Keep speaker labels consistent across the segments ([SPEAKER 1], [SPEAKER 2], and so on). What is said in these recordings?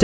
[SPEAKER 1] จ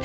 [SPEAKER 1] แถ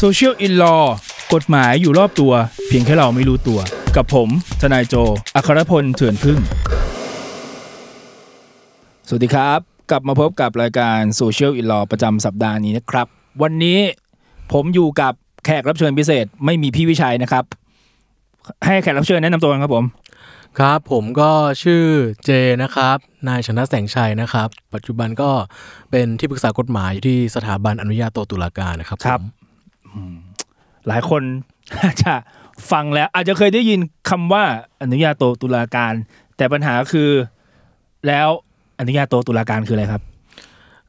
[SPEAKER 2] Social in Law กฎหมายอยู่รอบตัว เพียงแค่เราไม่รู้ตัว กับผมทนายโจ อัครพลเถื่อนพึ่ง สวัสดีครับ กลับมาพบกับรายการ Social in Law ประจำสัปดาห์นี้นะครับ วันนี้ผมอยู่กับแขกรับเชิญพิเศษไม่มีพี่วิชัยนะครับ ให้แขกรับเชิญแนะนำตัวกันครับผม
[SPEAKER 3] ครับผมก็ชื่อเจนะครับ นายชนะแสงชัยนะครับ ปัจจุบันก็เป็นที่ปรึกษากฎหมายอยู่ที่สถาบันอนุญาโตตุลาการนะครับ
[SPEAKER 2] ครับ
[SPEAKER 3] ผม
[SPEAKER 2] หลายคน อาจจะฟังแล้วอาจจะเคยได้ยินคำว่าอนุญาโตตุลาการ แต่ปัญหาคือ แล้วอนุญาโตตุลาการคืออะไรครับ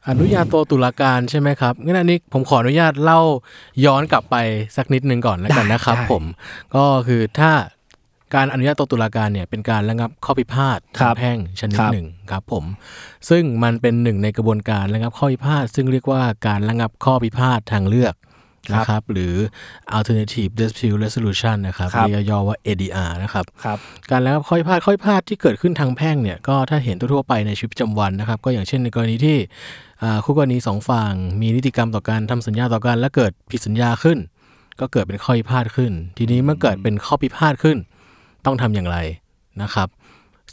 [SPEAKER 3] อนุญาโตตุลาการใช่ไหมครับงั้นอันนี้ผมขออนุญาตเล่าย้อนกลับไปสักนิดนึงก่อนแล้วกันนะครับ
[SPEAKER 2] ได้
[SPEAKER 3] ผมก็คือถ้าการอนุญาโตตุลาการเนี่ยเป็นการระงับข้อพิพาท
[SPEAKER 2] ครั
[SPEAKER 3] ทา
[SPEAKER 2] บ
[SPEAKER 3] งแพ่งชนิด
[SPEAKER 2] ครับ
[SPEAKER 3] หนึ่งครับผมซึ่งมันเป็นหนึ่งในกระบวนการระงับข้อพิพาทซึ่งเรียกว่าการระงับข้อพิพาททางเลือก นะครับหรือ alternative dispute resolution นะครับ
[SPEAKER 2] ครับ
[SPEAKER 3] เรียกย่อว่า ADR นะครับ
[SPEAKER 2] ครับ
[SPEAKER 3] การแล้วข้อพิพาทข้อพิพาทที่เกิดขึ้นทางแพ่งเนี่ยก็ถ้าเห็นทั่วๆไปในชีวิตประจำวันนะครับ ก็อย่างเช่นในกรณีที่อ่าคู่กรณีสองฝั่งมีนิติกรรมต่อกันทำสัญญาต่อกัน และเกิดผิดสัญญาขึ้น ก็เกิดเป็นข้อพิพาทขึ้น ทีนี้เมื่อเกิดเป็นข้อพิพาทขึ้น ต้องทำอย่างไรนะครับ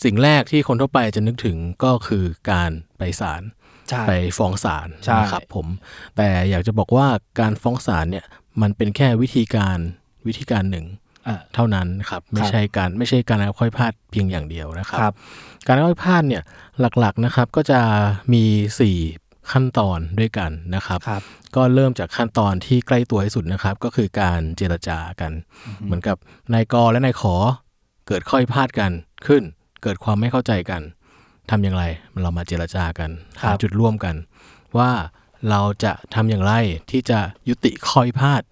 [SPEAKER 3] สิ่งแรกที่คนทั่วไปจะนึกถึงก็คือการไปศาล
[SPEAKER 2] ใช่
[SPEAKER 3] ไปฟ้องศาล
[SPEAKER 2] ใช่
[SPEAKER 3] นะครับผม แต่อยากจะบอกว่าการฟ้องศาลเนี่ยมันเป็นแค่วิธีการวิธีการหนึ่ง
[SPEAKER 2] อ่ะ
[SPEAKER 3] เท่านั้นครับไม่ใช่การไม่ใช่การค่อยพลาดเพียงอย่างเดียวนะครับ
[SPEAKER 2] ครับ
[SPEAKER 3] การค่อยพลาดเนี่ยหลักๆนะครับก็จะมี 4 ขั้นตอนด้วยกันนะครับ
[SPEAKER 2] ครับ
[SPEAKER 3] ก็เริ่มจากขั้นตอนที่ใกล้ตัวที่สุดนะครับ ก็คือการเจรจากัน เหมือนกับนายกและนายขอเกิดข้อพิพาทกันขึ้น เกิดความไม่เข้าใจกันทำอย่างไรเรามาเจรจากัน
[SPEAKER 2] ครั
[SPEAKER 3] หา
[SPEAKER 2] บ
[SPEAKER 3] จุดร่วมกัน ว่าเราจะทำอย่างไรที่จะยุติข้อพิพาท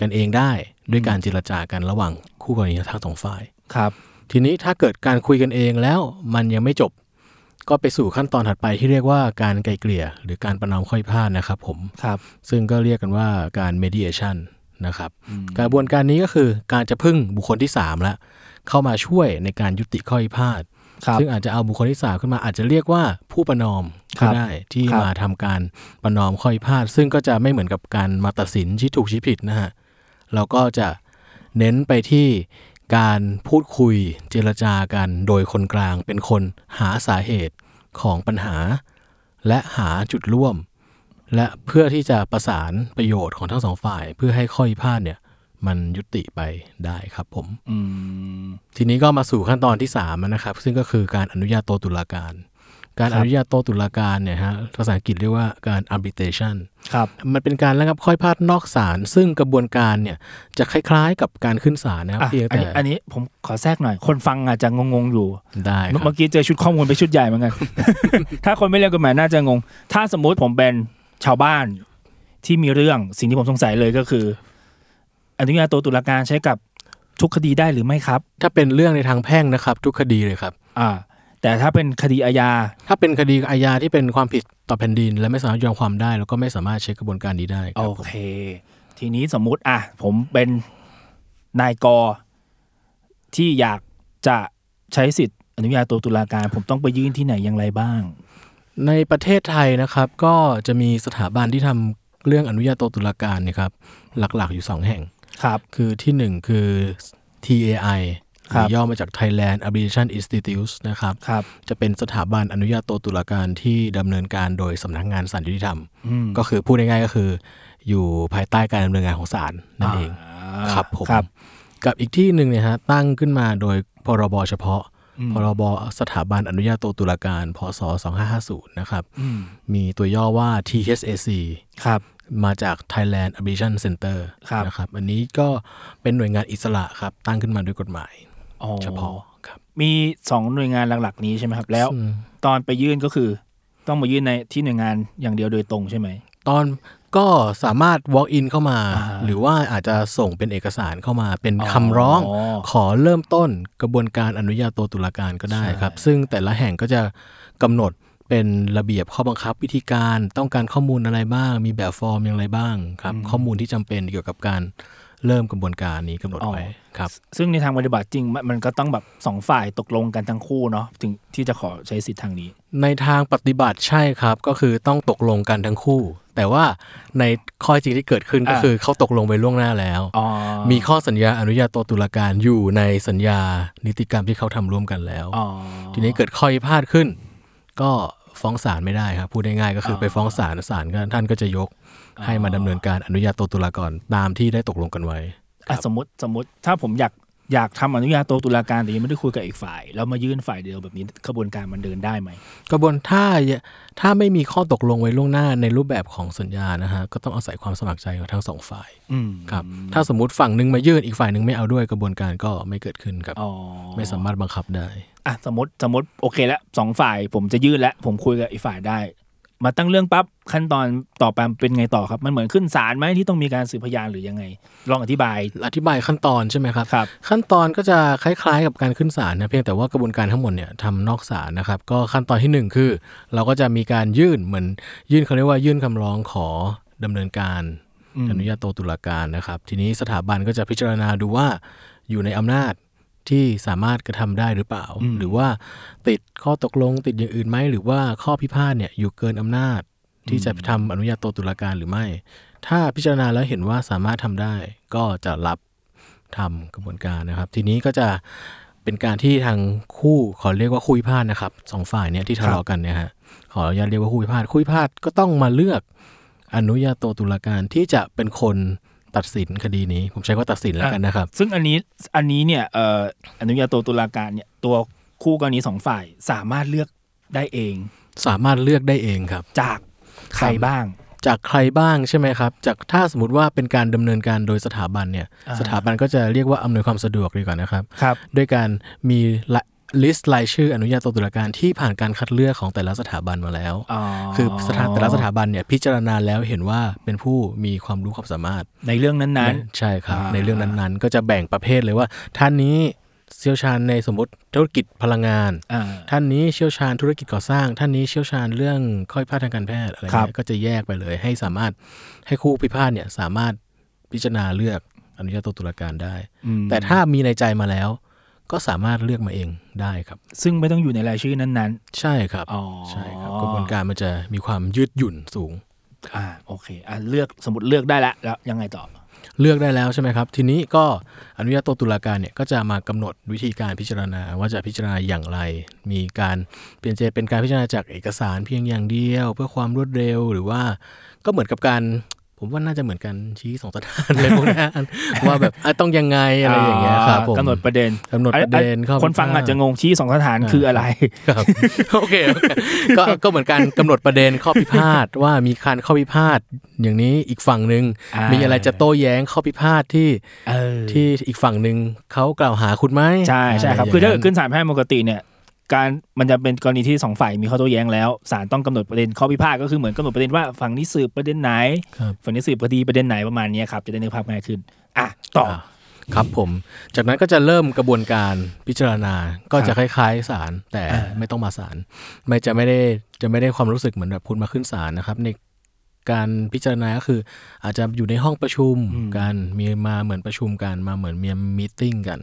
[SPEAKER 3] กันเองได้ด้วยการเจรจากันระหว่างคู่กรณีทั้งสองฝ่าย
[SPEAKER 2] ครับ
[SPEAKER 3] ทีนี้ถ้าเกิดการคุยกันเองแล้วมันยังไม่จบ ก็ไปสู่ขั้นตอนถัดไปที่เรียกว่าการไกลเกลี่ย หรือการประนอมข้อพิพาทนะครับผม
[SPEAKER 2] ครับ
[SPEAKER 3] ซึ่งก็เรียกกันว่าการ mediation นะครับ กระบวนการนี้ก็คือการจะพึ่งบุคคลที่ 3 แล้ว เข้ามาช่วยในการยุติข้อพิพาท
[SPEAKER 2] ครับ
[SPEAKER 3] ซึ่งอาจจะเอาบุคคลที่ 3 ขึ้นมาอาจจะเรียกว่าผู้ประนอม
[SPEAKER 2] ครั
[SPEAKER 3] ก็
[SPEAKER 2] บ
[SPEAKER 3] ได้ที่
[SPEAKER 2] ครับ
[SPEAKER 3] มาทำการประนอมข้อพิพาท ซึ่งก็จะไม่เหมือนกับการมาตัดสินชี้ถูกชี้ผิดนะฮะ เราก็จะเน้นไปที่การพูดคุยเจรจากันโดยคนกลางเป็นคนหาสาเหตุของปัญหา และหาจุดร่วม และเพื่อที่จะประสานประโยชน์ของทั้งสองฝ่าย เพื่อให้ข้อพิพาทเนี่ยมันยุติไปได้ครับผม
[SPEAKER 2] อืม
[SPEAKER 3] ทีนี้ก็มาสู่ขั้นตอนที่3นะครับ ซึ่งก็คือการอนุญาโตตุลาการ การ
[SPEAKER 2] ครั
[SPEAKER 3] อบ นุญาโตตุลาการเนี่ยฮะภาษาอังกฤษเรียกว่าการ arbitration
[SPEAKER 2] ครับ
[SPEAKER 3] มันเป็นการระงับข้อพิพาทนอกศาลซึ่งกระบวนการเนี่ยจะคล้ายๆ กับการขึ้นศาลนะครับ
[SPEAKER 2] อ่ะ
[SPEAKER 3] เพียง
[SPEAKER 2] อัน
[SPEAKER 3] แต่
[SPEAKER 2] นี้อันนี้ผมขอแทรกหน่อย คนฟังอาจจะงงๆอยู่
[SPEAKER 3] ได้ค
[SPEAKER 2] เมื่อ
[SPEAKER 3] รับ
[SPEAKER 2] เมื่อกี้เจอชุดข้อมูลไปชุดใหญ่เหมือนกัน ถ้าคนไม่เรียนกฎหมายน่าจะงง ถ้าสมมุติผมเป็นชาวบ้านที่มีเรื่องสิ่งที่ผมสงสัยเลยก็คือ อนุญาโตตุลาการใช้กับทุกคดีได้หรือไม่ครับ
[SPEAKER 3] ถ้าเป็นเรื่องในทางแพ่งนะครับ ทุกคดีเลยครับ
[SPEAKER 2] อ่า แต่ถ้าเป็นคดีอาญา
[SPEAKER 3] ถ้าเป็นคดีอาญาที่เป็นความผิดต่อแผ่นดิน และไม่สามารถยอมความได้ แล้วก็ไม่สามารถใช้กระบวนการนี้ได้ค
[SPEAKER 2] โอ
[SPEAKER 3] รับผม
[SPEAKER 2] เค ทีนี้สมมุติอ่ะผมเป็นนายกที่อยากจะใช้สิทธิ์อนุญาโตตุลาการ ผมต้องไปยื่นที่ไหนอย่างไรบ้าง
[SPEAKER 3] ในประเทศไทยนะครับ ก็จะมีสถาบันที่ทำเรื่องอนุญาโตตุลาการเนะครับหลักๆอยู่สองแห่ง
[SPEAKER 2] ครับ
[SPEAKER 3] คือที่หนึ่งคือ TAI หรือ
[SPEAKER 2] ครับ
[SPEAKER 3] ย่อมาจาก Thailand Arbitration Institute นะครับ
[SPEAKER 2] ครับ
[SPEAKER 3] จะเป็นสถาบันอนุญาโตตุลาการที่ดำเนินการโดยสำนักงานศาลยุติธรรม
[SPEAKER 2] อืม
[SPEAKER 3] ก็คือพูดง่ายๆก็คือ อยู่ภายใต้การดำเนินงานของศาลนั่นเอง
[SPEAKER 2] า
[SPEAKER 3] ครับผม
[SPEAKER 2] ครับ
[SPEAKER 3] กับอีกที่หนึ่งเนี่ยฮะตั้งขึ้นมาโดยพรบเฉพาะ
[SPEAKER 2] อืม
[SPEAKER 3] พรบสถาบันอนุญาโตตุลาการ พศ 2550 นะครับ
[SPEAKER 2] อืม
[SPEAKER 3] มีตัวย่อว่า TSAC
[SPEAKER 2] ครับ
[SPEAKER 3] มาจาก Thailand Arbitration Center
[SPEAKER 2] ครับ
[SPEAKER 3] นะครับ อันนี้ก็เป็นหน่วยงานอิสระครับ ตั้งขึ้นมาด้วยกฎหมาย
[SPEAKER 2] อ๋อ
[SPEAKER 3] เฉพาะครับ
[SPEAKER 2] มีสองหน่วยงานหลักๆ นี้ใช่ไหมครับ แล้ว
[SPEAKER 3] อืม
[SPEAKER 2] ตอนไปยื่นก็คือ ต้องมายื่นในที่หน่วยงานอย่างเดียวโดยตรงใช่ไหม
[SPEAKER 3] ตอนก็สามารถ walk in เข้ามา
[SPEAKER 2] อ่า
[SPEAKER 3] หรือว่าอาจจะส่งเป็นเอกสารเข้ามา เป็น
[SPEAKER 2] อ๋อ
[SPEAKER 3] คำร้อง ขอเริ่มต้นกระบวนการอนุญาโตตุลาการก็ได้ครับ ซึ่งแต่ละแห่งก็จะกำหนดเป็นระเบียบข้อบังคับวิธีการต้องการข้อมูลอะไรบ้าง มีแบบฟอร์มอย่างไรบ้างครับข้อมูลที่จำเป็นเกี่ยวกับการเริ่มกระบวนการนี้กำหนด
[SPEAKER 2] อ๋อ
[SPEAKER 3] ไว้ครับ
[SPEAKER 2] ซึ่งในทางปฏิบัติจริงมันมันก็ต้องแบบสองฝ่ายตกลงกันทั้งคู่เนาะถึงที่จะขอใช้สิทธิ์ทางนี้
[SPEAKER 3] ในทางปฏิบัติใช่ครับก็คือต้องตกลงกันทั้งคู่ แต่ว่าในข้อจริงที่เกิดขึ้นก็
[SPEAKER 2] อ่า
[SPEAKER 3] คือเขาตกลงไปล่วงหน้าแล้ว
[SPEAKER 2] อ๋อ
[SPEAKER 3] มีข้อสัญญาอนุญาโตตุลาการอยู่ในสัญญานิติกรรมที่เขาทำร่วมกันแล้ว
[SPEAKER 2] อ๋อ
[SPEAKER 3] ทีนี้เกิดข้อพิพาทขึ้น ก็ฟ้องศาลไม่ได้ครับ พูดง่ายๆก็คืออไปฟ้องศาลศาลก็ท่านก็จะยกให้มาดำเนินการอนุญาโตตุลาการตามที่ได้ตกลงกันไว้
[SPEAKER 2] อ่ะสมมติสมมติถ้าผมอยากอยากทำอนุญาโตตุลาการแต่ยังไม่ได้คุยกับอีกฝ่าย แล้วมายื่นฝ่ายเดียวแบบนี้กระบวนการมันเดินได้ไหม
[SPEAKER 3] กระบวนถ้าถ้าไม่มีข้อตกลงไว้ล่วงหน้าในรูปแบบของสัญญานะฮะก็ต้องอาศัยความสมัครใจของทั้งสองฝ่าย
[SPEAKER 2] อืม
[SPEAKER 3] ครับถ้าสมมติฝั่งหนึ่งมายื่นอีกฝ่ายหนึ่งไม่เอาด้วยกระบวนการก็ไม่เกิดขึ้นครับ
[SPEAKER 2] อ๋อ
[SPEAKER 3] ไม่สามารถบังคับได้
[SPEAKER 2] อ่ะสมมติสมมติโอเคแล้วสองฝ่ายผมจะยื่นแล้วผมคุยกับอีกฝ่ายได้ มาตั้งเรื่องปั๊บขั้นตอนต่อไปเป็นไงต่อครับ มันเหมือนขึ้นศาลไหมที่ต้องมีการสืบพยานหรือยังไง ลองอธิบาย
[SPEAKER 3] อธิบายขั้นตอนใช่ไหมครับ
[SPEAKER 2] ครับ
[SPEAKER 3] ขั้นตอนก็จะคล้ายๆกับการขึ้นศาลนะเพียงแต่ว่ากระบวนการทั้งหมดเนี่ยทำนอกศาลนะครับ ก็ขั้นตอนทีหนึ่1 คือ เราก็จะมีการยื่นเหมือนยื่นเขาเรียกว่ายื่นคำร้องขอดำเนินการอนุญาโตตุลาการนะครับ ทีนี้สถาบันก็จะพิจารณาดูว่าอยู่ในอำนาจที่สามารถกระทำได้หรือเปล่า หรือว่าติดข้อตกลงติดอย่างอื่นไหมหรือว่าข้อพิพาทเนี่ยอยู่เกินอำนาจที่จะทำอนุญาโตตุลาการหรือไม่ ถ้าพิจารณาแล้วเห็นว่าสามารถทำได้ก็จะรับ ทำกระบวนการนะครับ ทีนี้ก็จะเป็นการที่ทางคู่ขอเรียกว่าคู่พิพาทนะครับสองฝ่ายเนี่ยที่ทะเลาะกันเนี่ยฮะขออนุญาตเรียกว่าคู่พิพาทคู่พิพาทก็ต้องมาเลือกอนุญาโตตุลาการที่จะเป็นคนตัดสินคดีนี้ ผมใช้ว่าตัดสินแล้วกันนะครับ
[SPEAKER 2] ซึ่งอันนี้อันนี้เนี่ยเอ่ออนุญาโตตุลาการเนี่ยตัวคู่กรณีสองฝ่ายสามารถเลือกได้เอง
[SPEAKER 3] สามารถเลือกได้เองครับ
[SPEAKER 2] จากใครบ้าง
[SPEAKER 3] จากใครบ้างใช่ไหมครับ จากถ้าสมมติว่าเป็นการดำเนินการโดยสถาบันเนี่ย
[SPEAKER 2] อ่า
[SPEAKER 3] สถาบันก็จะเรียกว่าอำนวยความสะดวกดีกว่านะครับ
[SPEAKER 2] ครับ
[SPEAKER 3] ด้วยการมีลิสต์รายชื่ออนุญาโตตุลาการที่ผ่านการคัดเลือกของแต่ละสถาบันมาแล้ว
[SPEAKER 2] อ๋อ
[SPEAKER 3] คือสถาแต่ละสถาบันเนี่ยพิจารณาแล้วเห็นว่าเป็นผู้มีความรู้ความสามารถ
[SPEAKER 2] ในเรื่องนั้น
[SPEAKER 3] ใช่ครับ
[SPEAKER 2] อ่า
[SPEAKER 3] ในเรื่องนั้นๆ ก็จะแบ่งประเภทเลยว่า ท่านนี้เชี่ยวชาญในสมมติธุรกิจพลังงาน
[SPEAKER 2] ๆอ่า
[SPEAKER 3] ท่านนี้เชี่ยวชาญธุรกิจก่อสร้าง ท่านนี้เชี่ยวชาญเรื่องข้อพิพาททางการแพทย์อะไร
[SPEAKER 2] ครับ
[SPEAKER 3] เงี้ยก็จะแยกไปเลย ให้สามารถให้คู่พิพาทเนี่ยสามารถพิจารณาเลือกอนุญาโตตุลาการได้
[SPEAKER 2] อืม
[SPEAKER 3] แต่ถ้ามีในใจมาแล้ว ก็สามารถเลือกมาเองได้ครับ
[SPEAKER 2] ซึ่งไม่ต้องอยู่ในรายชื่อนั้น
[SPEAKER 3] ใช่ครับ
[SPEAKER 2] ๆอ๋อ
[SPEAKER 3] ใช่ครับกระบวนการมันจะมีความยืดหยุ่นสูง
[SPEAKER 2] อ่าโอเคอ่าเลือกสมมติเลือกได้ละแล้วยังไงต่อ
[SPEAKER 3] เลือกได้แล้วใช่ไหมครับ ทีนี้ก็อนุญาโตตุลาการเนี่ยก็จะมากำหนดวิธีการพิจารณาว่าจะพิจารณาอย่างไร มีการเปลี่ยนใจเป็นการพิจารณาจากเอกสารเพียงอย่างเดียว เพื่อความรวดเร็วหรือว่าก็เหมือนกับการ ผมว่าน่าจะเหมือนกันชี้สองสถานเลยพวกนั้นว่าแบบอ่ะต้องยังไงอะไรอย่างเงี้ยครับผม
[SPEAKER 2] กำหนดประเด็น
[SPEAKER 3] กำหนดประเด็น
[SPEAKER 2] อ่
[SPEAKER 3] ข้อพิพาท
[SPEAKER 2] คนฟังอาจจะงงชี้สองสถานคืออะไร
[SPEAKER 3] ครับโอเคโอเคก็ก็เหมือนการกำหนดประเด็นข้อพิพาท ว่ามีการข้อพิพาทอย่างนี้อีกฝั่งหนึ่ง
[SPEAKER 2] อ่ามี
[SPEAKER 3] มีอะไรจะโต้แย้งข้อพิพาทที่
[SPEAKER 2] เออ
[SPEAKER 3] ที่อีกฝั่งหนึ่งเขากล่าวหาคุณไหม
[SPEAKER 2] ใช่ใช่ครับ
[SPEAKER 3] ะไย่ง
[SPEAKER 2] คือถ้าเกิดขึ้นศาลแพ่งปกติเนี่ย การมันจะเป็นกรณีที่สองฝ่ายมีข้อโต้แย้งแล้วศาลต้องกำหนดประเด็นข้อพิพาทก็คือเหมือนกำหนดประเด็นว่าฝั่งนี้สืบประเด็นไหน
[SPEAKER 3] ครับ
[SPEAKER 2] ฝั่งนี้สืบคดีประเด็นไหนประมาณเนี้ยครับจะได้นึกภาพง่ายขึ้นอ่ะต่ออ
[SPEAKER 3] ะครับผม จากนั้นก็จะเริ่มกระบวนการพิจารณาก็จะคล้ายๆศาลแต่ไม่ต้องมาศาลไม่จะไม่ได้จะไม่ได้ความรู้สึกเหมือนแบบคุณมาขึ้นศาลนะครับ ในการพิจารณาก็คือ อาจจะอยู่ในห้องประชุมกันมีมาเหมือนประชุมกันมาเหมือนมีมีติ้งกัน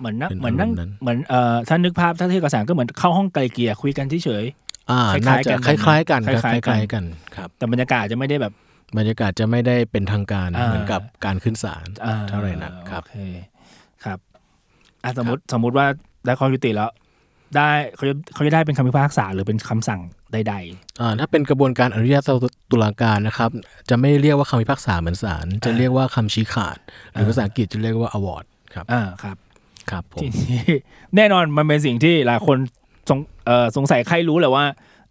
[SPEAKER 2] เหมือนนะ
[SPEAKER 3] เป็น
[SPEAKER 2] เหมือนนั่ง
[SPEAKER 3] อารมณ์นั้น
[SPEAKER 2] เหมือนเอ่อถ้านึกภาพถ้าเทียบกับสารก็เหมือนเข้าห้องไกลเกลี่ยคุยกันเฉย
[SPEAKER 3] อ่า
[SPEAKER 2] คล้ายๆ
[SPEAKER 3] น่าจะ
[SPEAKER 2] กั
[SPEAKER 3] คน ล้ายๆกันครับ
[SPEAKER 2] ค
[SPEAKER 3] ค
[SPEAKER 2] ล้ายๆกัน
[SPEAKER 3] ล้ายๆกันครับ
[SPEAKER 2] ๆแต่บรรยากาศจะไม่ได้แบบ
[SPEAKER 3] บรรยากาศจะไม่ได้เป็นทางการ
[SPEAKER 2] อ่า
[SPEAKER 3] เหมือนกับการขึ้นศาล
[SPEAKER 2] อ่
[SPEAKER 3] เท่าไหร่นักครับ
[SPEAKER 2] โอเคครับ อ่ะสมมติสมมติว่าได้ความยุติแล้ว ได้เขาจะเขาจะได้เป็นคำพิพากษาหรือเป็นคำสั่งใด
[SPEAKER 3] อ่าถ้าเป็นกระบวนการอนุญาโตตุลาการนะครับ จะไม่เรียกว่าคำพิพากษาเหมือนศาลจะเรียกว่าคำชี้ขาด หรือภาษาอังกฤษจะเรียกว่า award ครับ
[SPEAKER 2] ๆ อ่าครับ
[SPEAKER 3] ครับผม
[SPEAKER 2] ทีนี้ แน่นอนมันเป็นสิ่งที่หลายคนสงเอ่อสงสัยใครรู้แหละว่า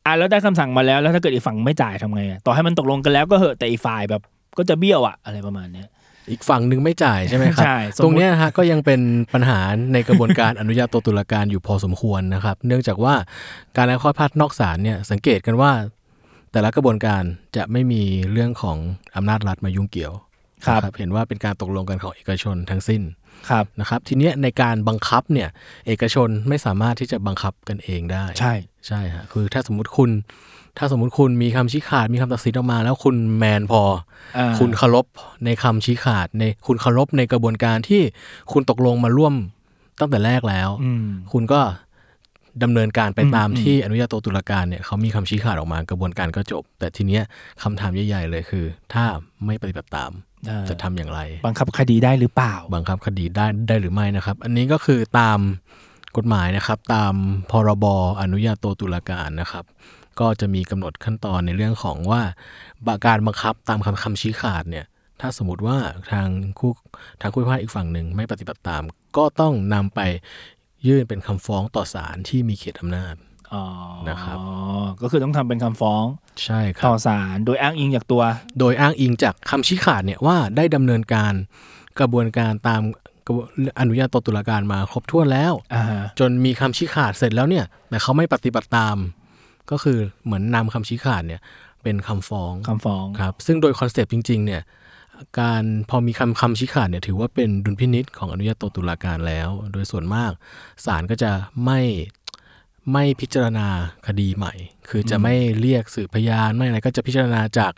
[SPEAKER 2] อ่ะแล้วได้คำสั่งมาแล้วแล้วถ้าเกิดอีกฝั่งไม่จ่ายทำไงอะต่อให้มันตกลงกันแล้วก็เหอะแต่อีกฝ่ายแบบก็จะเบี้ยวอะอะไรประมาณเนี้ย
[SPEAKER 3] อีกฝั่งหนึ่งไม่จ่ายใช่ไหมครับ
[SPEAKER 2] ใช่สมมุติ
[SPEAKER 3] ตรงเนี้ยนะฮะก็ยังเป็นปัญหาในกระบวนการ อนุญาโตตุลาการอยู่พอสมควรนะครับ เนื่องจากว่าการละข้อพิพัดนอกศาลเนี่ยสังเกตกันว่า แต่ละกระบวนการจะไม่มีเรื่องของอำนาจรัฐมายุ่งเกี่ยว
[SPEAKER 2] ครับ
[SPEAKER 3] นะเห็นว่าเป็นการตกลงกันของเอกชนทั้งสิ้น
[SPEAKER 2] ครับ
[SPEAKER 3] นะครับ ทีเนี้ยในการบังคับเนี่ยเอกชนไม่สามารถที่จะบังคับกันเองได้
[SPEAKER 2] ใช่
[SPEAKER 3] ใช่ฮะคือถ้าสมมติคุณ ถ้าสมมติคุณมีคำชี้ขาดมีคำตัดสินออกมา แล้วคุณแมนพอ
[SPEAKER 2] อ่า
[SPEAKER 3] คุณเคารพในคำชี้ขาดในคุณเคารพในกระบวนการที่คุณตกลงมาร่วมตั้งแต่แรกแล้ว
[SPEAKER 2] อืม
[SPEAKER 3] คุณก็ดำเนินการไป
[SPEAKER 2] อืม
[SPEAKER 3] ตาม
[SPEAKER 2] อืม
[SPEAKER 3] ที่อนุญาโตตุลาการเนี่ยเขามีคำชี้ขาดออกมากระบวนการก็จบ แต่ทีเนี้ยคำถามใหญ่ๆเลยคือ ถ้าไม่ปฏิบัติตาม
[SPEAKER 2] เออ
[SPEAKER 3] จะทำอย่างไร
[SPEAKER 2] บังคับคดีได้หรือเปล่า
[SPEAKER 3] บังคับคดีได้ได้หรือไม่นะครับ อันนี้ก็คือตามกฎหมายนะครับ ตามพรบอนุญาโตตุลาการนะครับ ก็จะมีกำหนดขั้นตอนในเรื่องของว่าบาการบังคับตามคำคำชี้ขาดเนี่ย ถ้าสมมติว่าทางคู่ทางคู่พิพาทอีกฝั่งหนึ่งไม่ปฏิบัติตาม ก็ต้องนำไปยื่นเป็นคำฟ้องต่อศาลที่มีเขตอำนาจ
[SPEAKER 2] อ๋อ
[SPEAKER 3] นะครับ
[SPEAKER 2] ก็คือต้องทำเป็นคำฟ้อง
[SPEAKER 3] ใช่ครั
[SPEAKER 2] ต่อบ ศาลโดยอ้างอิงจากตัว
[SPEAKER 3] โดยอ้างอิงจากคำชี้ขาดเนี่ยว่าได้ดำเนินการกระบวนการตามกระบวนอนุญาโตตุลาการมาครบถ้วนแล้ว
[SPEAKER 2] อ่าฮะ
[SPEAKER 3] จนมีคำชี้ขาดเสร็จแล้วเนี่ย แต่เขาไม่ปฏิบัติตาม ก็คือเหมือนนำคำชี้ขาดเนี่ย เป็นคำฟ้อง
[SPEAKER 2] คำฟ้อง
[SPEAKER 3] ครับ ซึ่งโดยคอนเซปต์จริง ๆ เนี่ย การพอมีคำคำชี้ขาดเนี่ยถือว่าเป็นดุลพินิษของอนุญาโตตุลาการแล้ว โดยส่วนมากศาลก็จะไม่ไม่พิจารณาคดีใหม่ คือจะไม่เรียกสืบพยานไม่อะไรก็จะพิจารณาจาก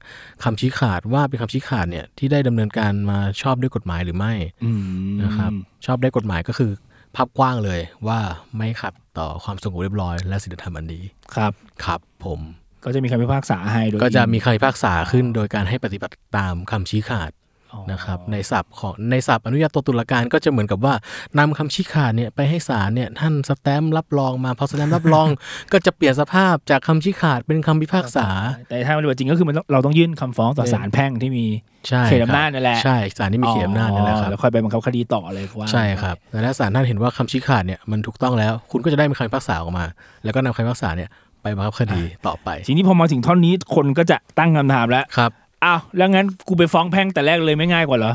[SPEAKER 3] คำชี้ขาดว่าเป็นคำชี้ขาดเนี่ยที่ได้ดำเนินการมาชอบด้วยกฎหมายหรือไม่
[SPEAKER 2] อืม
[SPEAKER 3] นะครับชอบได้กฎหมายก็คือภาพกว้างเลยว่าไม่ขัดต่อความสงบเรียบร้อย และศีลธรรมอันดี
[SPEAKER 2] ครับ
[SPEAKER 3] ครับผม
[SPEAKER 2] ก็จะมีคำพิพากษาให้โดย
[SPEAKER 3] ก็จะ
[SPEAKER 2] อิง
[SPEAKER 3] มีคำพิพากษาขึ้นโดยการให้ปฏิบัติตามคำชี้ขาด
[SPEAKER 2] อ๋อ
[SPEAKER 3] นะครับในศัพท์ของในศัพท์อนุญาโตตุลาการก็จะเหมือนกับว่านำคำชี้ขาดเนี่ยไปให้ศาลเนี่ยท่านสแตมป์รับรองมาพอสแตมป์รับรอง ก็จะเปลี่ยนสภาพจากคำชี้ขาดเป็นคำพิพากษา
[SPEAKER 2] แต่ถ้ามันเป็นจริงก็คือมันต้องเราต้องยื่นคำฟ้องต่อศาลแพ่งที่มี
[SPEAKER 3] ใช่
[SPEAKER 2] เขตอำ
[SPEAKER 3] รับ
[SPEAKER 2] นาจนั่นแหละ
[SPEAKER 3] ใช่ศาลที่มีเขตอำนาจนั่นแหละครับ
[SPEAKER 2] แล้วค่อยไปบังคับคดีต่อเลยว่า
[SPEAKER 3] ใช่ครับแต่ถ้าศาลท่านเห็นว่าคำชี้ขาดเนี่ยมันถูกต้องแล้ว คุณก็จะได้มีคำพิพากษาออกมา แล้วก็นำคำพิพากษาเนี่ยไปบังคับคดีต่อไป
[SPEAKER 2] ทีนี้พอมาถึงท่อนนี้คนก็จะตั้งคำถามแล้ว
[SPEAKER 3] ครับ
[SPEAKER 2] อ้าวแล้วงั้นกูไปฟ้องแพ่งแต่แรกเลยไม่ง่ายกว่าเหรอ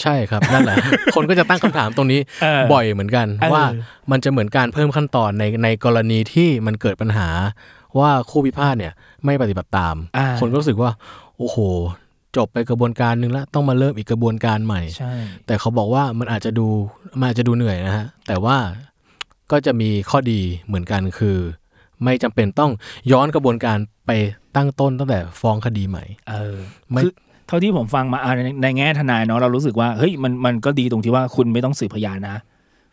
[SPEAKER 3] ใช่ครับ นั่นแหละ คนก็จะตั้งคำถามตรงนี้
[SPEAKER 2] เออ
[SPEAKER 3] บ่อยเหมือนกัน
[SPEAKER 2] เออ
[SPEAKER 3] ว่ามันจะเหมือนการเพิ่มขั้นตอนในในกรณีที่มันเกิดปัญหาว่าคู่พิพาทเนี่ยไม่ปฏิบัติตาม
[SPEAKER 2] อ่า
[SPEAKER 3] คนก็รู้สึกว่า โอ้โห จบไปกระบวนการหนึ่งแล้วต้องมาเริ่มอีกกระบวนการใหม่
[SPEAKER 2] ใช่
[SPEAKER 3] แต่เขาบอกว่ามันอาจจะดูมันอาจจะดูเหนื่อยนะฮะ แต่ว่าก็จะมีข้อดีเหมือนกันคือ ไม่จำเป็นต้องย้อนกระบวนการไปตั้งต้นตั้งแต่ฟ้องคดีใหม่
[SPEAKER 2] เออ
[SPEAKER 3] ไม่
[SPEAKER 2] คือ เท่าที่ผมฟังมาอ่ะในในแง่ทนายเนาะเรารู้สึกว่าเฮ้ยมันมันก็ดีตรงที่ว่าคุณไม่ต้องสืบพยานนะ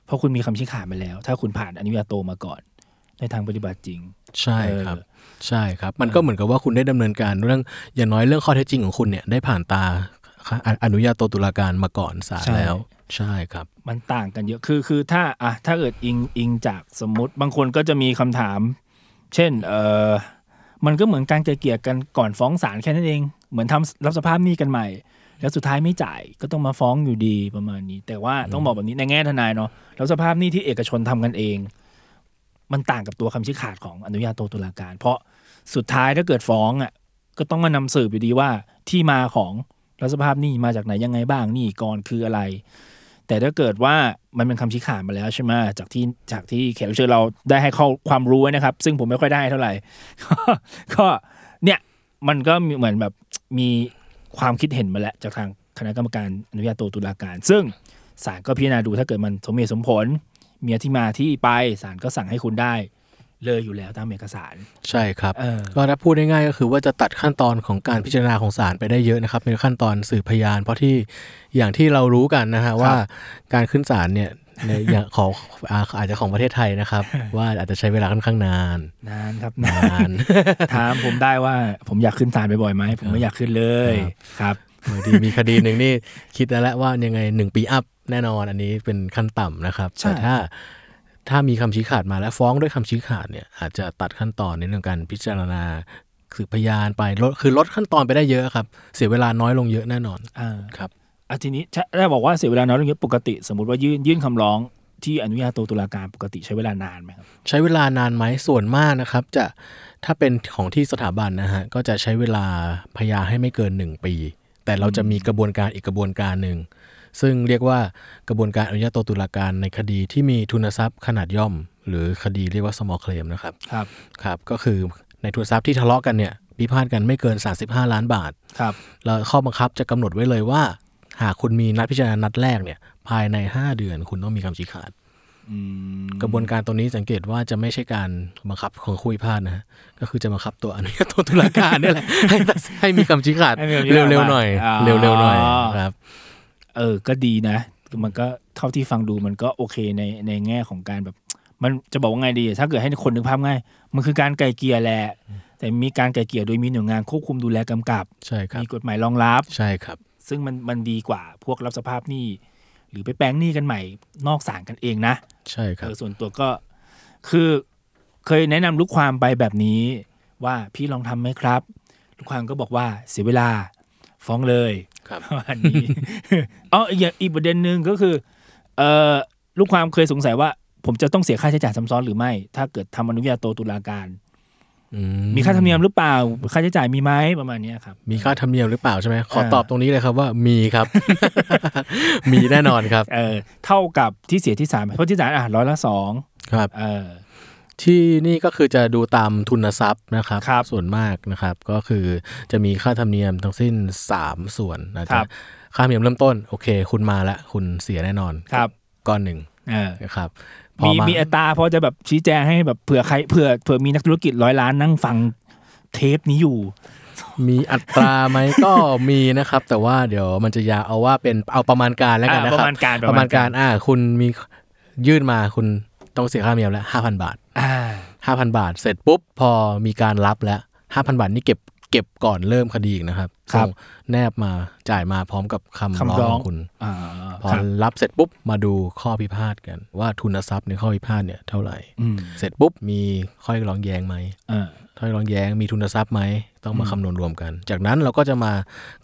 [SPEAKER 2] เพราะคุณมีคำชี้ขาดมาแล้ว ถ้าคุณผ่านอนุญาโตมาก่อน ในทางปฏิบัติจริง
[SPEAKER 3] ใช่ครับ ใช่ครับ มันก็เหมือนกับว่าคุณได้ดำเนินการเรื่องอย่างน้อยเรื่องข้อเท็จจริงของคุณเนี่ยได้ผ่านตาออนุญาโตตุลาการมาก่อนศาล
[SPEAKER 2] ใช่
[SPEAKER 3] แล้ว ใช่ครับ
[SPEAKER 2] มันต่างกันเยอะ คือ คือ ถ้า อ่ะ ถ้าเกิดอิง อิงจากสมมติ บางคนก็จะมีคำถาม เช่น เออมันก็เหมือนการไกลเกลี่ยกันก่อนฟ้องศาลแค่นั้นเอง เหมือนทำรับสภาพหนี้กันใหม่ แล้วสุดท้ายไม่จ่าย ก็ต้องมาฟ้องอยู่ดีประมาณนี้ แต่ว่าต้องบอกแบบนี้ในแง่ทนายเนาะ แล้วสภาพหนี้ที่เอกชนทำกันเอง มันต่างกับตัวคำชี้ขาดของอนุญาโตตุลาการ เพราะสุดท้ายถ้าเกิดฟ้องอ่ะ ก็ต้องมานำสืบอยู่ดีว่าที่มาของรัฐสภาพหนี้มาจากไหนยังไงบ้างหนี้ก่อนคืออะไร แต่ถ้าเกิดว่ามันเป็นคำชี้ขาดมาแล้วใช่ไหมจากที่จากที่แขกรับเชิญเราได้ให้ข้อความรู้ไว้นะครับ ซึ่งผมไม่ค่อยได้เท่าไหร่ ก็เนี่ยมันก็มีเหมือนแบบมีความคิดเห็นมาแล้ว จากทางคณะกรรมการอนุญาโตตุลาการ ซึ่งศาลก็พิจารณาดูถ้าเกิดมันสมเหตุสมผล มีที่มาที่ไปศาลก็สั่งให้คุณได้ เลยอยู่แล้วตามเอกสาร
[SPEAKER 3] ใช่ครับ
[SPEAKER 2] เออ
[SPEAKER 3] ก็ถ้าพูดง่ายๆก็คือว่าจะตัดขั้นตอนของการพิจารณาของศาลไปได้เยอะนะครับในขั้นตอนสืบพยาน เพราะที่อย่างที่เรารู้กันนะฮะว่าการขึ้นศาลเนี่ยในอย่างของอ่าอาจจะของประเทศไทยนะครับ ว่าอาจจะใช้เวลาค่อนข้างนาน
[SPEAKER 2] นานครับ นาน
[SPEAKER 3] นาน
[SPEAKER 2] ถามผมได้ว่าผมอยากขึ้นศาลบ่อยๆไหมผมไม่อยากขึ้นเลยครับ
[SPEAKER 3] บางทีมีคดีหนึ่งนี่คิดได้แล้วว่ายังไงหนึ่งปีอัพ แน่นอนอันนี้เป็นขั้นต่ำนะครับ
[SPEAKER 2] ใช่
[SPEAKER 3] แต่ถ้าถ้ามีคำชี้ขาดมาและฟ้องด้วยคำชี้ขาดเนี่ยอาจจะตัดขั้นตอนในเรื่องการพิจารณาสืบพยานไปลดคือลดขั้นตอนไปได้เยอะครับ เสียเวลาน้อยลงเยอะแน่นอน
[SPEAKER 2] อ่า
[SPEAKER 3] ครับ
[SPEAKER 2] อ่ะทีนี้ถ้าได้บอกว่าเสียเวลาน้อยลงเยอะปกติ สมมติว่ายื่นยื่นคำร้องที่อนุญาโตตุลาการปกติใช้เวลานานไหมครับ
[SPEAKER 3] ใช้เวลานานไหมส่วนมากนะครับ จะถ้าเป็นของที่สถาบันนะฮะก็จะใช้เวลาพยาให้ไม่เกิน 1 ปี แต่เราจะมีกระบวนการอีกกระบวนการหนึ่ง ซึ่งเรียกว่ากระบวนการอนุญาโตตุลาการในคดีที่มีทุนทรัพย์ขนาดย่อม หรือคดีเรียกว่า small claim นะครับ
[SPEAKER 2] ครับ
[SPEAKER 3] ครับ ก็คือในทุนทรัพย์ที่ทะเลาะกันเนี่ยพิพาทกันไม่เกิน 35 ล้านบาท
[SPEAKER 2] ครับ
[SPEAKER 3] แล้วข้อบังคับจะกำหนดไว้เลยว่า หากคุณมีนัดพิจารณานัดแรกเนี่ยภายใน 5 เดือนคุณต้องมีคำชี้ขาด
[SPEAKER 2] อืม
[SPEAKER 3] กระบวนการตรงนี้สังเกตว่าจะไม่ใช่การบังคับของคุยพลาดนะฮะก็คือจะบังคับตัวอนุญาโตตุลาการเนี่ยแหละ ให้ตัดสินให้มีคำชี้ขาด
[SPEAKER 2] ให้มีคำชี้ขาด
[SPEAKER 3] เร็ว
[SPEAKER 2] มา
[SPEAKER 3] ๆหน่อย
[SPEAKER 2] อ๋อ
[SPEAKER 3] เร็วๆหน่อยครับ
[SPEAKER 2] เออ ก็ดีนะ มันก็เท่าที่ฟังดูมันก็โอเคในในแง่ของการแบบ มันจะบอกว่าไงดี ถ้าเกิดให้คนนึกภาพง่าย มันคือการไกลเกลี่ยแหละ แต่มีการไกลเกลี่ยโดยมีหน่วยงานควบคุมดูแลกำกับ
[SPEAKER 3] ใช่ครับ
[SPEAKER 2] มีกฎหมายรองรับ
[SPEAKER 3] ใช่ครับ
[SPEAKER 2] ซึ่งมันมันดีกว่าพวกรับสภาพหนี้หรือไปแปลงหนี้กันใหม่นอกศาลกันเองนะ
[SPEAKER 3] ใช่ค
[SPEAKER 2] เอ
[SPEAKER 3] รับ
[SPEAKER 2] อส่วนตัวก็คือเคยแนะนำลูกความไปแบบนี้ ว่าพี่ลองทำไหมครับ ลูกความก็บอกว่าเสียเวลาฟ้องเลย
[SPEAKER 3] ครับ
[SPEAKER 2] วันนี้ อ๋ออีกอย่างอีกประเด็นหนึ่งก็คือเออลูกความเคยสงสัยว่า ผมจะต้องเสียค่าใช้จ่ายซ้ำซ้อนหรือไม่ ถ้าเกิดทำอนุญาโตตุลาการ
[SPEAKER 3] อื
[SPEAKER 2] มีค่าธรรมเนียมหรือเปล่าค่าใช้จ่ายมีไหมประมาณเนี้ยครับ
[SPEAKER 3] มีค่าธรรมเนียมหรือเปล่าใช่ไหมขอ
[SPEAKER 2] เออ
[SPEAKER 3] ตอบตรงนี้เลยครับว่ามีครับ มีแน่นอนครับ
[SPEAKER 2] เออเท่ากับที่เสียที่ศาลไหมเพราะที่ศาลอ่ะร้อยละสอง
[SPEAKER 3] ครับ
[SPEAKER 2] เออ
[SPEAKER 3] ที่นี่ก็คือจะดูตามทุนทรัพย์นะครับ
[SPEAKER 2] ครับ
[SPEAKER 3] ส่วนมากนะครับ ก็คือจะมีค่าธรรมเนียมทั้งสิ้น 3 ส่วนนะจ๊ะค่าธรรมเนียมเริ่มต้นโอเค คุณมาละคุณเสียแน่นอน
[SPEAKER 2] ครับ
[SPEAKER 3] ก้อนหนึ่ง
[SPEAKER 2] เออ
[SPEAKER 3] นะครับพอา
[SPEAKER 2] มี
[SPEAKER 3] มา
[SPEAKER 2] มีอัตราพอจะแบบชี้แจงให้แบบเผื่อใครเผื่อเผื่อมีนักธุรกิจร้อยล้านนั่งฟังเทปนี้อยู่
[SPEAKER 3] มีอัตราไหม ก็มีนะครับ แต่ว่าเดี๋ยวมันจะยาวเอาว่าเป็นเอาประมาณการแล้วกันนะ
[SPEAKER 2] อ่า
[SPEAKER 3] ค
[SPEAKER 2] ป
[SPEAKER 3] รับ
[SPEAKER 2] ระมาณการ
[SPEAKER 3] ป
[SPEAKER 2] ประ ระ
[SPEAKER 3] มา
[SPEAKER 2] มา
[SPEAKER 3] ณ
[SPEAKER 2] ณ
[SPEAKER 3] กา
[SPEAKER 2] การ ร
[SPEAKER 3] อ่าคุณมียื่นมาคุณต้องเสียค่าธรรมเนียมแล้วห้าพันบาท
[SPEAKER 2] อ่า
[SPEAKER 3] ห้าพันบาท เสร็จปุ๊บ พอมีการรับแล้วห้าพันบาทนี่เก็บเก็บก่อนเริ่มคดีอีกนะครับ
[SPEAKER 2] ครับ
[SPEAKER 3] ส่งแนบมาจ่ายมาพร้อมกับคำร้อ
[SPEAKER 2] คำ
[SPEAKER 3] ง
[SPEAKER 2] ร้อ
[SPEAKER 3] ข
[SPEAKER 2] ง
[SPEAKER 3] องคุณ
[SPEAKER 2] อ่า
[SPEAKER 3] พอ
[SPEAKER 2] ครับ
[SPEAKER 3] รับเสร็จปุ๊บ มาดูข้อพิพาทกัน ว่าทุนทรัพย์ในข้อพิพาทเนี่ยเท่าไหร่
[SPEAKER 2] อืม
[SPEAKER 3] เสร็จปุ๊บ มีข้อเรียกร้องแย้งไหม
[SPEAKER 2] เออ
[SPEAKER 3] ข้อเรียกร้องแย้งมีทุนทรัพย์ไหมต้องมาคำนวณรวมกัน จากนั้นเราก็จะมา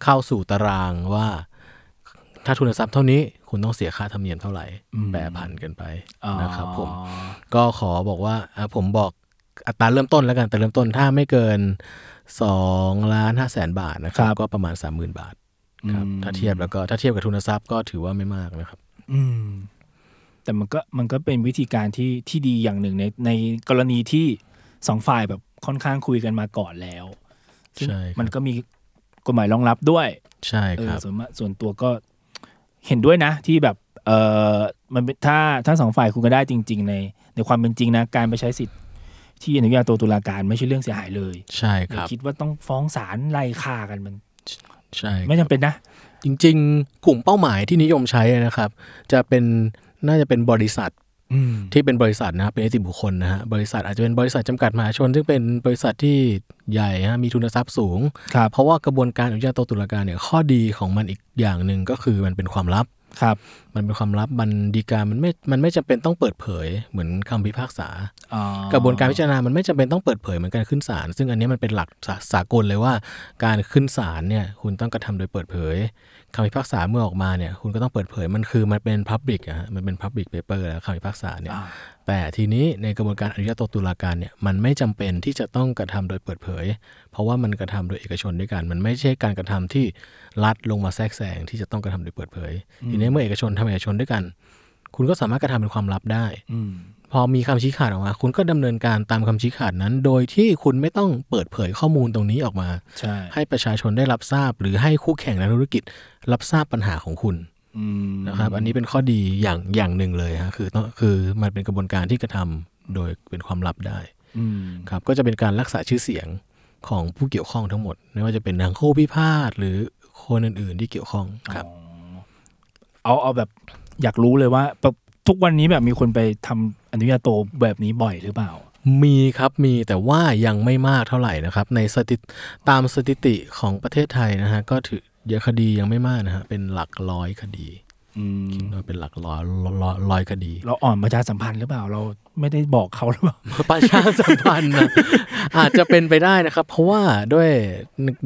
[SPEAKER 3] เข้าสู่ตารางว่า ถ้าทุนทรัพย์เท่านี้คุณต้องเสียค่าธรรมเนียมเท่าไหร่
[SPEAKER 2] อืม
[SPEAKER 3] แปรพันกันไป
[SPEAKER 2] อ๋อ
[SPEAKER 3] นะครับผม ก็ขอบอกว่าอ่ะผมบอกอัตราเริ่มต้นแล้วกัน แต่เริ่มต้นถ้าไม่เกิน2ล้าน5แสนบาทนะครับ ก็ประมาณ 30,000 บาทครับ
[SPEAKER 2] อืม
[SPEAKER 3] ถ้าเทียบแล้วก็ถ้าเทียบกับทุนทรัพย์ก็ถือว่าไม่มากนะครับ
[SPEAKER 2] อืม แต่มันก็มันก็เป็นวิธีการที่ที่ดีอย่างหนึ่งในในกรณีที่สองฝ่ายแบบค่อนข้างคุยกันมาก่อนแล้วซึ่ง
[SPEAKER 3] ใช่ครับ
[SPEAKER 2] มันก็มีกฎหมายรองรับด้วย
[SPEAKER 3] ใช่
[SPEAKER 2] เออ
[SPEAKER 3] ครับ
[SPEAKER 2] ส่วนมากส่วนตัวก็เห็นด้วยนะที่แบบเออมันเป็นถ้าถ้าสองฝ่ายคุยกันได้จริง ๆ ในในความเป็นจริงนะ การไปใช้สิทธิ์ที่อนุญาโตตุลาการไม่ใช่เรื่องเสียหายเลย
[SPEAKER 3] ใช่
[SPEAKER 2] อ
[SPEAKER 3] ค
[SPEAKER 2] ย่า
[SPEAKER 3] รับ
[SPEAKER 2] คิดว่าต้องฟ้องศาลไล่ฆ่ากันมัน
[SPEAKER 3] ใช่
[SPEAKER 2] ไม่จำเป็นนะ
[SPEAKER 3] จริง ๆ กลุ่มเป้าหมายที่นิยมใช้นะครับ จะเป็นน่าจะเป็นบริษัท
[SPEAKER 2] อืม
[SPEAKER 3] ที่เป็นบริษัทนะครับเป็นนิติบุคคลนะฮะบริษัทอาจจะเป็นบริษัทจำกัดมหาชน ซึ่งเป็นบริษัทที่ใหญ่ฮะมีทุนทรัพย์สูง
[SPEAKER 2] ครับ
[SPEAKER 3] เพราะว่ากระบวนการอนุญาโตตุลาการเนี่ยข้อดีของมันอีกอย่างหนึ่งก็คือมันเป็นความลับ
[SPEAKER 2] ครับ
[SPEAKER 3] มันเป็นความลับมันดีกามันไม่มันไม่จำเป็นต้องเปิดเผยเหมือนคำพิพากษา
[SPEAKER 2] อ๋อก
[SPEAKER 3] ระบวนการพิจารณามันไม่จำเป็นต้องเปิดเผยเหมือนการขึ้นศาลซึ่งอันนี้มันเป็นหลักสาสากลเลยว่า การขึ้นศาลเนี่ยคุณต้องกระทำโดยเปิดเผยคำพิพากษาเมื่อออกมาเนี่ยคุณก็ต้องเปิดเผยมันคือมันเป็นพับลิกอะฮะมันเป็นพับลิกเปเปอร์แล้วคำพิพากษาเนี่ย
[SPEAKER 2] อ่า
[SPEAKER 3] แต่ทีนี้ในกระบวนการอนุญาโตตุลาการเนี่ยมันไม่จำเป็นที่จะต้องกระทำโดยเปิดเผย เพราะว่ามันกระทำโดยเอกชนด้วยกัน มันไม่ใช่การกระทำที่รัฐลงมาแทรกแซงที่จะต้องกระทำโดยเปิดเผย ทีนี้เมื่อเอกชนทำเอกชนด้วยกัน คุณก็สามารถกระทำเป็นความลับได้
[SPEAKER 2] อืม
[SPEAKER 3] พอมีคำชี้ขาดออกมา คุณก็ดำเนินการตามคำชี้ขาดนั้น โดยที่คุณไม่ต้องเปิดเผยข้อมูลตรงนี้ออกมา
[SPEAKER 2] ใช่
[SPEAKER 3] ให้ประชาชนได้รับทราบ หรือให้คู่แข่งในธุรกิจ รับทราบปัญหาของคุณ
[SPEAKER 2] อืม
[SPEAKER 3] นะครับอันนี้เป็นข้อดีอย่างอย่างหนึ่งเลยฮะคือต้องคือมันเป็นกระบวนการที่กระทำโดยเป็นความลับได้
[SPEAKER 2] อืม
[SPEAKER 3] ครับก็จะเป็นการรักษาชื่อเสียงของผู้เกี่ยวข้องทั้งหมด ไม่ว่าจะเป็นทางคู่พิพาทหรือคนอื่นๆที่เกี่ยวข้องครับ
[SPEAKER 2] เอาเอาแบบอยากรู้เลยว่าแบบทุกวันนี้แบบมีคนไปทำอนุญาโตแบบนี้บ่อยหรือเปล่า
[SPEAKER 3] มีครับมีแต่ว่ายังไม่มากเท่าไหร่นะครับ ในสถิตตามสถิติของประเทศไทยนะฮะก็ถือเยอะคดียังไม่มากนะฮะเป็นหลักร้อยคดี
[SPEAKER 2] อืม
[SPEAKER 3] โดยเป็นหลักร้อยร้อยร้อยคดี
[SPEAKER 2] เราอ่อนประชาสัมพันธ์หรือเปล่า เราไม่ได้บอกเขาหรือเปล่า
[SPEAKER 3] ประชาสัมพันธ์นะ อาจจะเป็นไปได้นะครับ เพราะว่าด้วย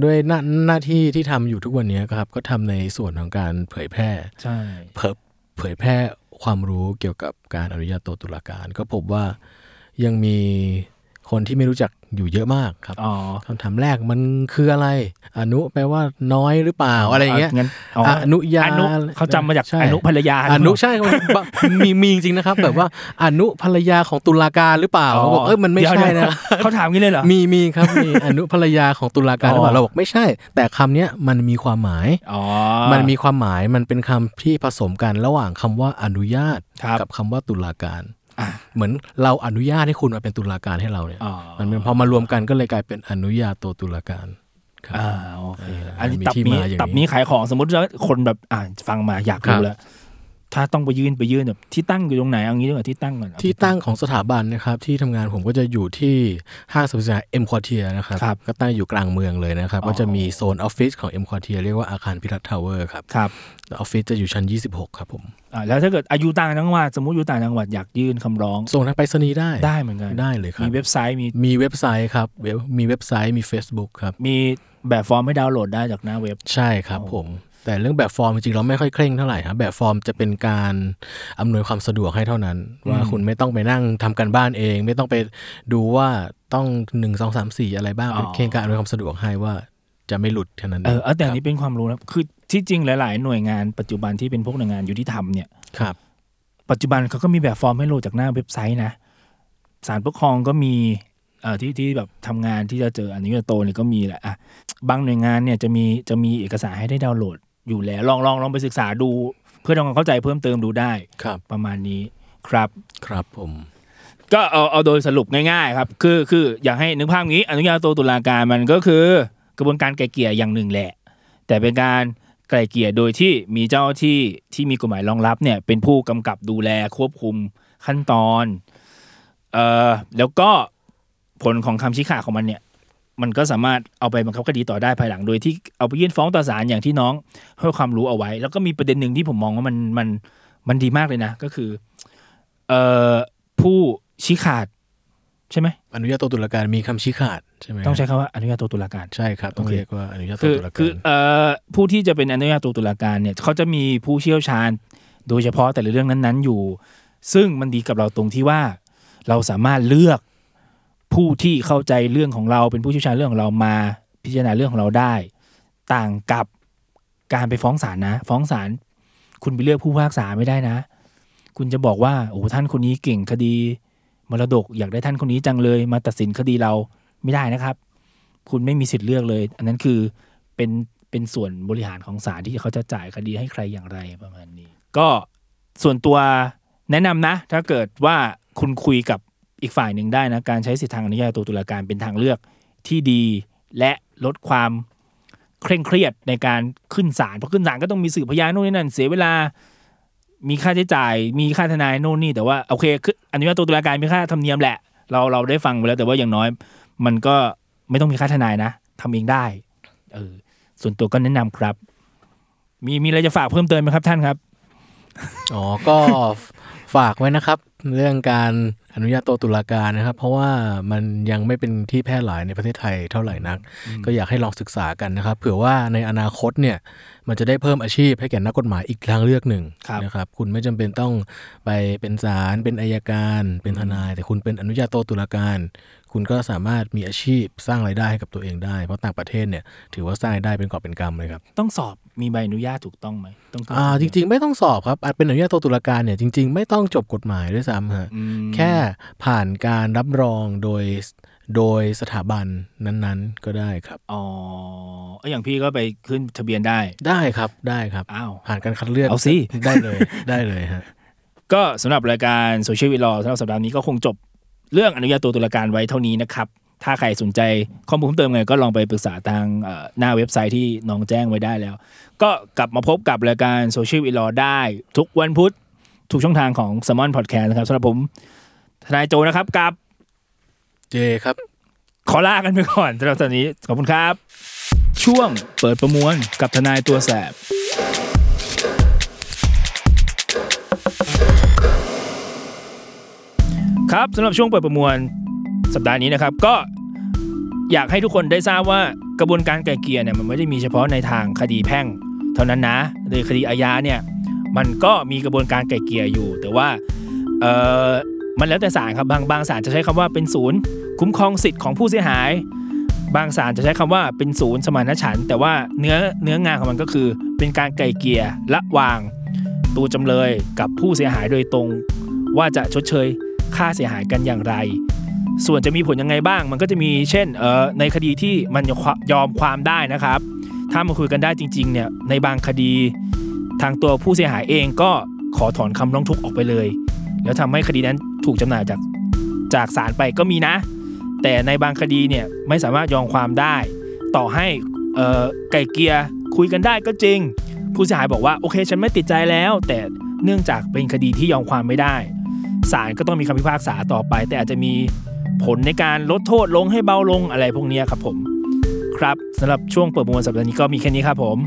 [SPEAKER 3] ด้วยหน้าหน้าที่ที่ทำอยู่ทุกวันนี้ครับ ก็ทำในส่วนของการเผยแพร่
[SPEAKER 2] ใช่
[SPEAKER 3] เผยเผยแพร่ความรู้เกี่ยวกับการอนุญาโตตุลาการ ก็พบว่ายังมีคนที่ไม่รู้จักอยู่เยอะมากครับ
[SPEAKER 2] อ๋อ
[SPEAKER 3] คำถามแรกมันคืออะไร อนุแปลว่าน้อยหรือเปล่าอะไรอย่างเงี้ย
[SPEAKER 2] นอ๋ออ
[SPEAKER 3] นุญา
[SPEAKER 2] อนุเขาจำมาจาก
[SPEAKER 3] ใช่
[SPEAKER 2] อนุภรรยา
[SPEAKER 3] อนุใช่มันบะมีมีจริง นะครับ แบบว่าอนุภรรยาของตุลาการหรือเปล่าเขาบอกเอ้ยมันไม่
[SPEAKER 2] ดี๋ว
[SPEAKER 3] ใช่นะ
[SPEAKER 2] เดี๋ยวเขาถามงี้เลยเหรอ
[SPEAKER 3] มีมีครับ มี อนุภรรยาของตุลาการหรือเปล่า
[SPEAKER 2] อ๋อ
[SPEAKER 3] เราบอกไม่ใช่ แต่คำเนี้ยมันมีความหมาย
[SPEAKER 2] อ๋อ
[SPEAKER 3] มันมีความหมายมันเป็นคำที่ผสมกันระหว่างคำว่าอนุญาต
[SPEAKER 2] ครับ
[SPEAKER 3] กับคำว่าตุลาการ
[SPEAKER 2] อ่ะ
[SPEAKER 3] เหมือนเราอนุญาตให้คุณมาเป็นตุลาการให้เราเนี่ย
[SPEAKER 2] อ๋อ
[SPEAKER 3] มันเป็นพอมารวมกันก็เลยกลายเป็นอนุญาโตตุลาการครับ
[SPEAKER 2] อ่าโอเคอันนี้
[SPEAKER 3] มี
[SPEAKER 2] ตับ
[SPEAKER 3] ที่
[SPEAKER 2] นี้
[SPEAKER 3] มาอย่างนี้
[SPEAKER 2] ตับนี้ขายของสมมติว่าคนแบบอ่านฟังมาอยาก
[SPEAKER 3] ครั
[SPEAKER 2] รู้
[SPEAKER 3] บ
[SPEAKER 2] แล้ว ถ้าต้องไปยื่นไปยื่นแบบที่ตั้งอยู่ตรงไหนเอางี้ดีกว่าที่ตั้งก่อนเอา
[SPEAKER 3] ที่ตั้งของสถาบันนะครับ ที่ทำงานผมก็จะอยู่ที่ห้างสรรพสินค้าเอ็มควอเทียนะครับ
[SPEAKER 2] ครับ
[SPEAKER 3] ก็ตั้งอยู่กลางเมืองเลยนะครับ
[SPEAKER 2] อ๋อ
[SPEAKER 3] ก็จะมีโซนออฟฟิศของเอ็มควอเทียเรียกว่าอาคารพิรัตทาวเวอร์ครับ
[SPEAKER 2] ครับ
[SPEAKER 3] ออฟฟิศจะอยู่ชั้น 26 ครับผม
[SPEAKER 2] อ่าแล้วถ้าเกิดอายุต่างจังหวัดสมมติอยู่ต่างจังหวัดอยากยื่นคำร้อง
[SPEAKER 3] ส่งทางไปรษณีย์ได้
[SPEAKER 2] ได้เหมือนกัน
[SPEAKER 3] ได้เลยครับ
[SPEAKER 2] มีเว็บไซต์มี
[SPEAKER 3] มีเว็บไซต์ครับเว็บมีเว็บไซต์มี Facebook ครับ
[SPEAKER 2] มีแบบฟอร์มให้ดาวน์โหลดได้จากหน้าเว็บ
[SPEAKER 3] ใช่ครับผม แต่เรื่องแบบฟอร์มจริงๆเราไม่ค่อยเคร่งเท่าไหร่ครับแบบฟอร์มจะเป็นการอำนวยความสะดวกให้เท่านั้น ว่าคุณไม่ต้องไปนั่งทำกันบ้านเอง ไม่ต้องไปดูว่าต้องหนึ่งสองสามสี่อะไรบ้าง
[SPEAKER 2] อ๋อ
[SPEAKER 3] เป็นแค่การอำนวยความสะดวกให้ว่าจะไม่หลุดแค่นั้น
[SPEAKER 2] เออเอาแต่อัน
[SPEAKER 3] ครับ
[SPEAKER 2] นี้เป็นความรู้นะคือที่จริงหลาย ๆ หน่วยงานปัจจุบันที่เป็นพวกหน่วยงานยุติธรรมเนี่ย
[SPEAKER 3] ครับ
[SPEAKER 2] ปัจจุบันเขาก็มีแบบฟอร์มให้โหลดจากหน้าเว็บไซต์นะสารปกครองก็มีเอ่อที่ที่แบบทำงานที่จะเจออันนี้จะโตเนี่ยก็มีแหละอ่ะบางหน่วยงานเนี่ยจะมีจะมีเอกสารให้ได้ดาวน์โหลดอยู่แล้วลองลองลองไปศึกษาดู เพื่อทำความเข้าใจเพิ่มเติมดูได้
[SPEAKER 3] ครับ
[SPEAKER 2] ประมาณนี้ครับ
[SPEAKER 3] ครับผม
[SPEAKER 2] ก็เอาเอาโดยสรุปง่ายๆครับ คือคืออยากให้นึกภาพงี้อนุญาโตตุลาการมันก็คือกระบวนการไกลเกลี่ยอย่างหนึ่งแหละ แต่เป็นการไกลเกลี่ยโดยที่มีเจ้าที่ที่มีกฎหมายรองรับเนี่ยเป็นผู้กำกับดูแลควบคุมขั้นตอนเอ่อแล้วก็ผลของคำชี้ขาดของมันเนี่ย มันก็สามารถเอาไปบังคับคดีต่อได้ภายหลังโดยที่เอาไปยื่นฟ้องต่อศาลอย่างที่น้องให้ความรู้เอาไว้ แล้วก็มีประเด็นหนึ่งที่ผมมองว่ามันมันมันดีมากเลยนะ ก็คือ เอ่อผู้ชี้ขาด ใช่ไหม
[SPEAKER 3] อนุญาโตตุลาการมีคำชี้ขาดใช่ไหม
[SPEAKER 2] ต้องใช้คำว่าอนุญาโตตุลาการ
[SPEAKER 3] ใช่ครับต้อง
[SPEAKER 2] โอเค
[SPEAKER 3] เรียกว่าอนุญาโต
[SPEAKER 2] คือ
[SPEAKER 3] ตุลา
[SPEAKER 2] คือ
[SPEAKER 3] การ
[SPEAKER 2] เอ่อผู้ที่จะเป็นอนุญาโตตุลาการเนี่ยเขาจะมีผู้เชี่ยวชาญ โดยเฉพาะแต่ละเรื่องนั้นๆอยู่ ซึ่งมันดีกับเราตรงที่ว่า เราสามารถเลือกผู้ที่เข้าใจเรื่องของเราเป็นผู้เชี่ยวชาญเรื่องของเรามาพิจารณาเรื่องของเราได้ ต่างกับการไปฟ้องศาลนะ ฟ้องศาลคุณไปเลือกผู้พิพากษาไม่ได้นะ คุณจะบอกว่าโอ้ท่านคนนี้เก่งคดีมรดกอยากได้ท่านคนนี้จังเลย มาตัดสินคดีเราไม่ได้นะครับ คุณไม่มีสิทธิ์เลือกเลย อันนั้นคือเป็นเป็นส่วนบริหารของศาลที่เขาจะจ่ายคดีให้ใครอย่างไรประมาณนี้ ก็ส่วนตัวแนะนำนะ ถ้าเกิดว่าคุณคุยกับอีกฝ่ายหนึ่งได้นะ การใช้สิทธิทางอนุญาโตตุลาการเป็นทางเลือกที่ดีและลดความเคร่งเครียดในการขึ้นศาลเพราะขึ้นศาลก็ต้องมีสืบพยานนู่นนี่นั่นเสียเวลา มีค่าใช้จ่าย มีค่าทนายโน่นนี่แต่ว่าโอเคคืออนุญาโตตุลาการมีค่าธรรมเนียมแหละ เราเราได้ฟังไปแล้วแต่ว่าอย่างน้อย มันก็ไม่ต้องมีค่าทนายนะทำเองได้ เออ ส่วนตัวก็แนะนำครับ มีมีอะไรจะฝากเพิ่มเติมไหมครับท่านครับ
[SPEAKER 3] อ๋อก็ ฝากไว้นะครับ เรื่องการอนุญาโตตุลาการนะครับ เพราะว่ามันยังไม่เป็นที่แพร่หลายในประเทศไทยเท่าไหร่นัก ก็อยากให้ลองศึกษากันนะครับ เผื่อว่าในอนาคตเนี่ยมันจะได้เพิ่มอาชีพให้แก่นักกฎหมายอีกทางเลือกหนึ่ง
[SPEAKER 2] ครับ
[SPEAKER 3] นะครับ คุณไม่จำเป็นต้องไปเป็นศาลเป็นอายการ เป็นทนาย แต่คุณเป็นอนุญาโตตุลาการ คุณก็สามารถมีอาชีพสร้างรายได้ให้กับตัวเองได้ เพราะต่างประเทศเนี่ยถือว่าสร้างรายได้เป็นกอบเป็นกำเลยครับ
[SPEAKER 2] ต้องสอบมีใบอนุญาตถูกต้องไหมต้อง
[SPEAKER 3] อ่าจริงๆ ไม่ต้องสอบครับอาจเป็นอนุญาโตตุลาการเนี่ยจริงๆ ไม่ต้องจบกฎหมายด้วยซ้ำฮะ
[SPEAKER 2] ๆ
[SPEAKER 3] แค่ผ่านการรับรองโดยโดยสถาบันนั้นๆ ก็ได้ครับ
[SPEAKER 2] อ๋อเอ้ยอย่างพี่ก็ไปขึ้นทะเบียนได้
[SPEAKER 3] ได้ครับได้ครับ
[SPEAKER 2] อ้าว
[SPEAKER 3] ผ่านการคัดเลือก
[SPEAKER 2] เอาสิ
[SPEAKER 3] ได้เลยได้เลยฮะ
[SPEAKER 2] ก็สำหรับรายการโซเชียลวีลอสำหรับสัปดาห์นี้ก็คงจบเรื่องอนุญาโตตุลาการไว้เท่านี้นะครับ ถ้าใครสนใจข้อมูลเพิ่มเติมไงก็ลองไปปรึกษาทางเอ่อหน้าเว็บไซต์ที่น้องแจ้งไว้ได้แล้ว ก็กลับมาพบกับรายการโซเชียลวีลอได้ ทุกวันพุธทุกช่องทางของ s ซ m o n Podcast นะครับสำหรับผมทนายโจนะครับกับ
[SPEAKER 3] เจครับ
[SPEAKER 2] ขอลากันไปก่อนสำหรับตอนนี้ขอบคุณครับ ช่วงเปิดประมวลกับทนายตัวแสบ ครับสำหรับช่วงเปิดประมวลสัปดาห์นี้นะครับ ก็อยากให้ทุกคนได้ทราบว่ากระบวนการไกลเกลี่ยเนี่ยมันไม่ได้มีเฉพาะในทางคดีแพ่ง เท่านั้นนะในคดีอาญาเนี่ยมันก็มีกระบวนการไกลเกลี่ยอยู่ แต่ว่าเออมันแล้วแต่ศาลครับบางบางศาลจะใช้คำว่าเป็นศูนย์ คุ้มครองสิทธิ์ของผู้เสียหาย บางศาลจะใช้คำว่าเป็นศูนย์สมานฉันท์แต่ว่าเนื้อเนื้องานของมันก็คือ เป็นการไกลเกลี่ยระหว่างตัวจำเลยกับผู้เสียหายโดยตรง ว่าจะชดเชยค่าเสียหายกันอย่างไร ส่วนจะมีผลยังไงบ้าง มันก็จะมีเช่นเอ่อในคดีที่มันยอมความได้นะครับ ถ้ามาคุยกันได้จริงๆเนี่ยในบางคดี ทางตัวผู้เสียหายเองก็ขอถอนคำร้องทุกข์ออกไปเลย แล้วทำให้คดีนั้นถูกจำหน่ายจากจากศาลไปก็มีนะ แต่ในบางคดีเนี่ยไม่สามารถยอมความได้ ต่อให้เอ่อไก่เกลียคุยกันได้ก็จริง ผู้เสียหายบอกว่าโอเคฉันไม่ติดใจแล้ว แต่เนื่องจากเป็นคดีที่ยอมความไม่ได้ศาลก็ต้องมีคำพิพากษาต่อไป แต่อาจจะมีผลในการลดโทษลงให้เบาลงอะไรพวกเนี้ยครับผม ครับสำหรับช่วงเปิดประมวลสัปดาห์นี้ก็มีแค่นี้ครับผม